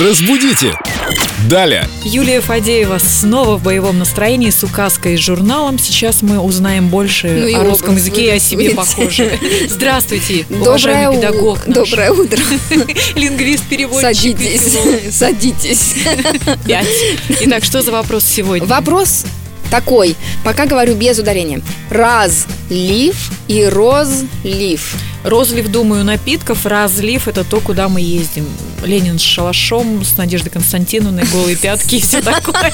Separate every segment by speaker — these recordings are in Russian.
Speaker 1: Разбудите! Далее!
Speaker 2: Юлия Фадеева снова в боевом настроении с указкой и журналом. Сейчас мы узнаем больше
Speaker 3: Ну и
Speaker 2: о русском
Speaker 3: образ
Speaker 2: языке и о себе
Speaker 3: вырисуете.
Speaker 2: похоже. Здравствуйте,
Speaker 3: Доброе,
Speaker 2: уважаемый
Speaker 3: у-
Speaker 2: педагог наш,
Speaker 3: Доброе утро.
Speaker 2: лингвист, переводчик. и
Speaker 3: Садитесь.
Speaker 2: филолог.
Speaker 3: Садитесь.
Speaker 2: Пять. Итак, что за вопрос сегодня?
Speaker 3: Вопрос такой. Пока говорю без ударения. Разлив и розлив.
Speaker 2: Розлив, думаю, напитков. Разлив – это то, куда мы ездим. Ленин с шалашом, с Надеждой Константиновной, голые пятки и все такое.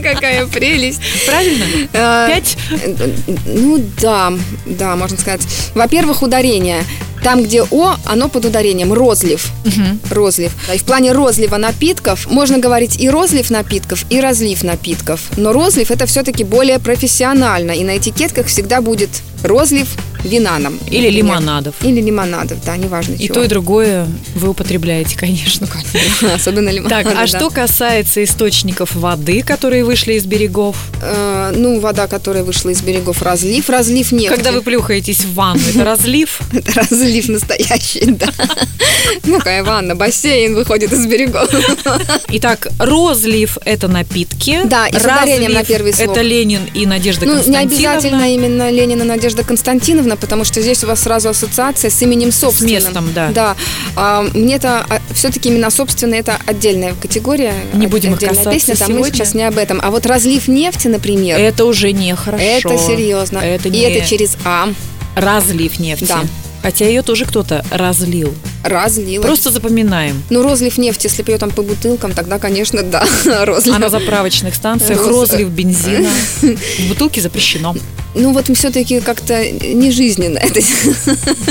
Speaker 3: Какая прелесть.
Speaker 2: Правильно?
Speaker 3: А,
Speaker 2: Пять?
Speaker 3: Э, Ну да, да, можно сказать. Во-первых, ударение. Там, где О, оно под ударением. Розлив.
Speaker 2: Мгм.
Speaker 3: Розлив. И в плане розлива напитков можно говорить и розлив напитков, и разлив напитков. Но розлив это все-таки более профессионально. И на этикетках всегда будет розлив вина нам.
Speaker 2: Или
Speaker 3: например.
Speaker 2: лимонадов.
Speaker 3: Или лимонадов, да, неважно
Speaker 2: И
Speaker 3: чего.
Speaker 2: то, и другое вы употребляете, конечно.
Speaker 3: Особенно лимонады,
Speaker 2: Так, а
Speaker 3: да.
Speaker 2: что касается источников воды, которые вышли из берегов,
Speaker 3: Э, ну, вода, которая вышла из берегов, разлив. Разлив нет.
Speaker 2: когда вы плюхаетесь в ванну, это разлив?
Speaker 3: Это разлив настоящий, да. Ну, Какая ванна, бассейн выходит из берегов.
Speaker 2: Итак, розлив – это напитки.
Speaker 3: Да, и с ударением на
Speaker 2: Разлив
Speaker 3: первый слог.
Speaker 2: Это Ленин и Надежда
Speaker 3: Ну, не
Speaker 2: Константиновна.
Speaker 3: обязательно именно Ленина Надежда Константиновна, потому что здесь у вас сразу ассоциация с именем собственным.
Speaker 2: местом, да.
Speaker 3: Да. А, мне это все-таки имена собственные это отдельная категория.
Speaker 2: Не
Speaker 3: от-
Speaker 2: будем их
Speaker 3: отдельная
Speaker 2: касаться
Speaker 3: песня, там мы
Speaker 2: сегодня.
Speaker 3: сейчас не об этом. А вот разлив нефти, например,
Speaker 2: Это уже нехорошо.
Speaker 3: это серьезно.
Speaker 2: Это
Speaker 3: И
Speaker 2: не
Speaker 3: это через А.
Speaker 2: разлив нефти.
Speaker 3: Да.
Speaker 2: Хотя ее тоже кто-то разлил.
Speaker 3: Разлил.
Speaker 2: Просто запоминаем.
Speaker 3: Ну, розлив нефти, если пьет там по бутылкам, тогда, конечно, да, розлив.
Speaker 2: А на заправочных станциях
Speaker 3: Роз-
Speaker 2: розлив бензина. В бутылке запрещено.
Speaker 3: Ну, вот все-таки как-то не жизненно это.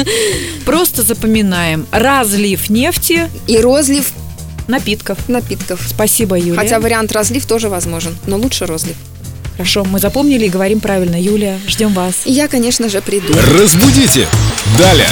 Speaker 2: Просто запоминаем. Разлив нефти,
Speaker 3: И розлив
Speaker 2: напитков.
Speaker 3: напитков.
Speaker 2: Спасибо, Юлия.
Speaker 3: Хотя вариант разлив тоже возможен, но лучше розлив.
Speaker 2: Хорошо, мы запомнили и говорим правильно. Юлия, ждем вас.
Speaker 3: И я, конечно же, приду.
Speaker 1: Разбудите! Далее!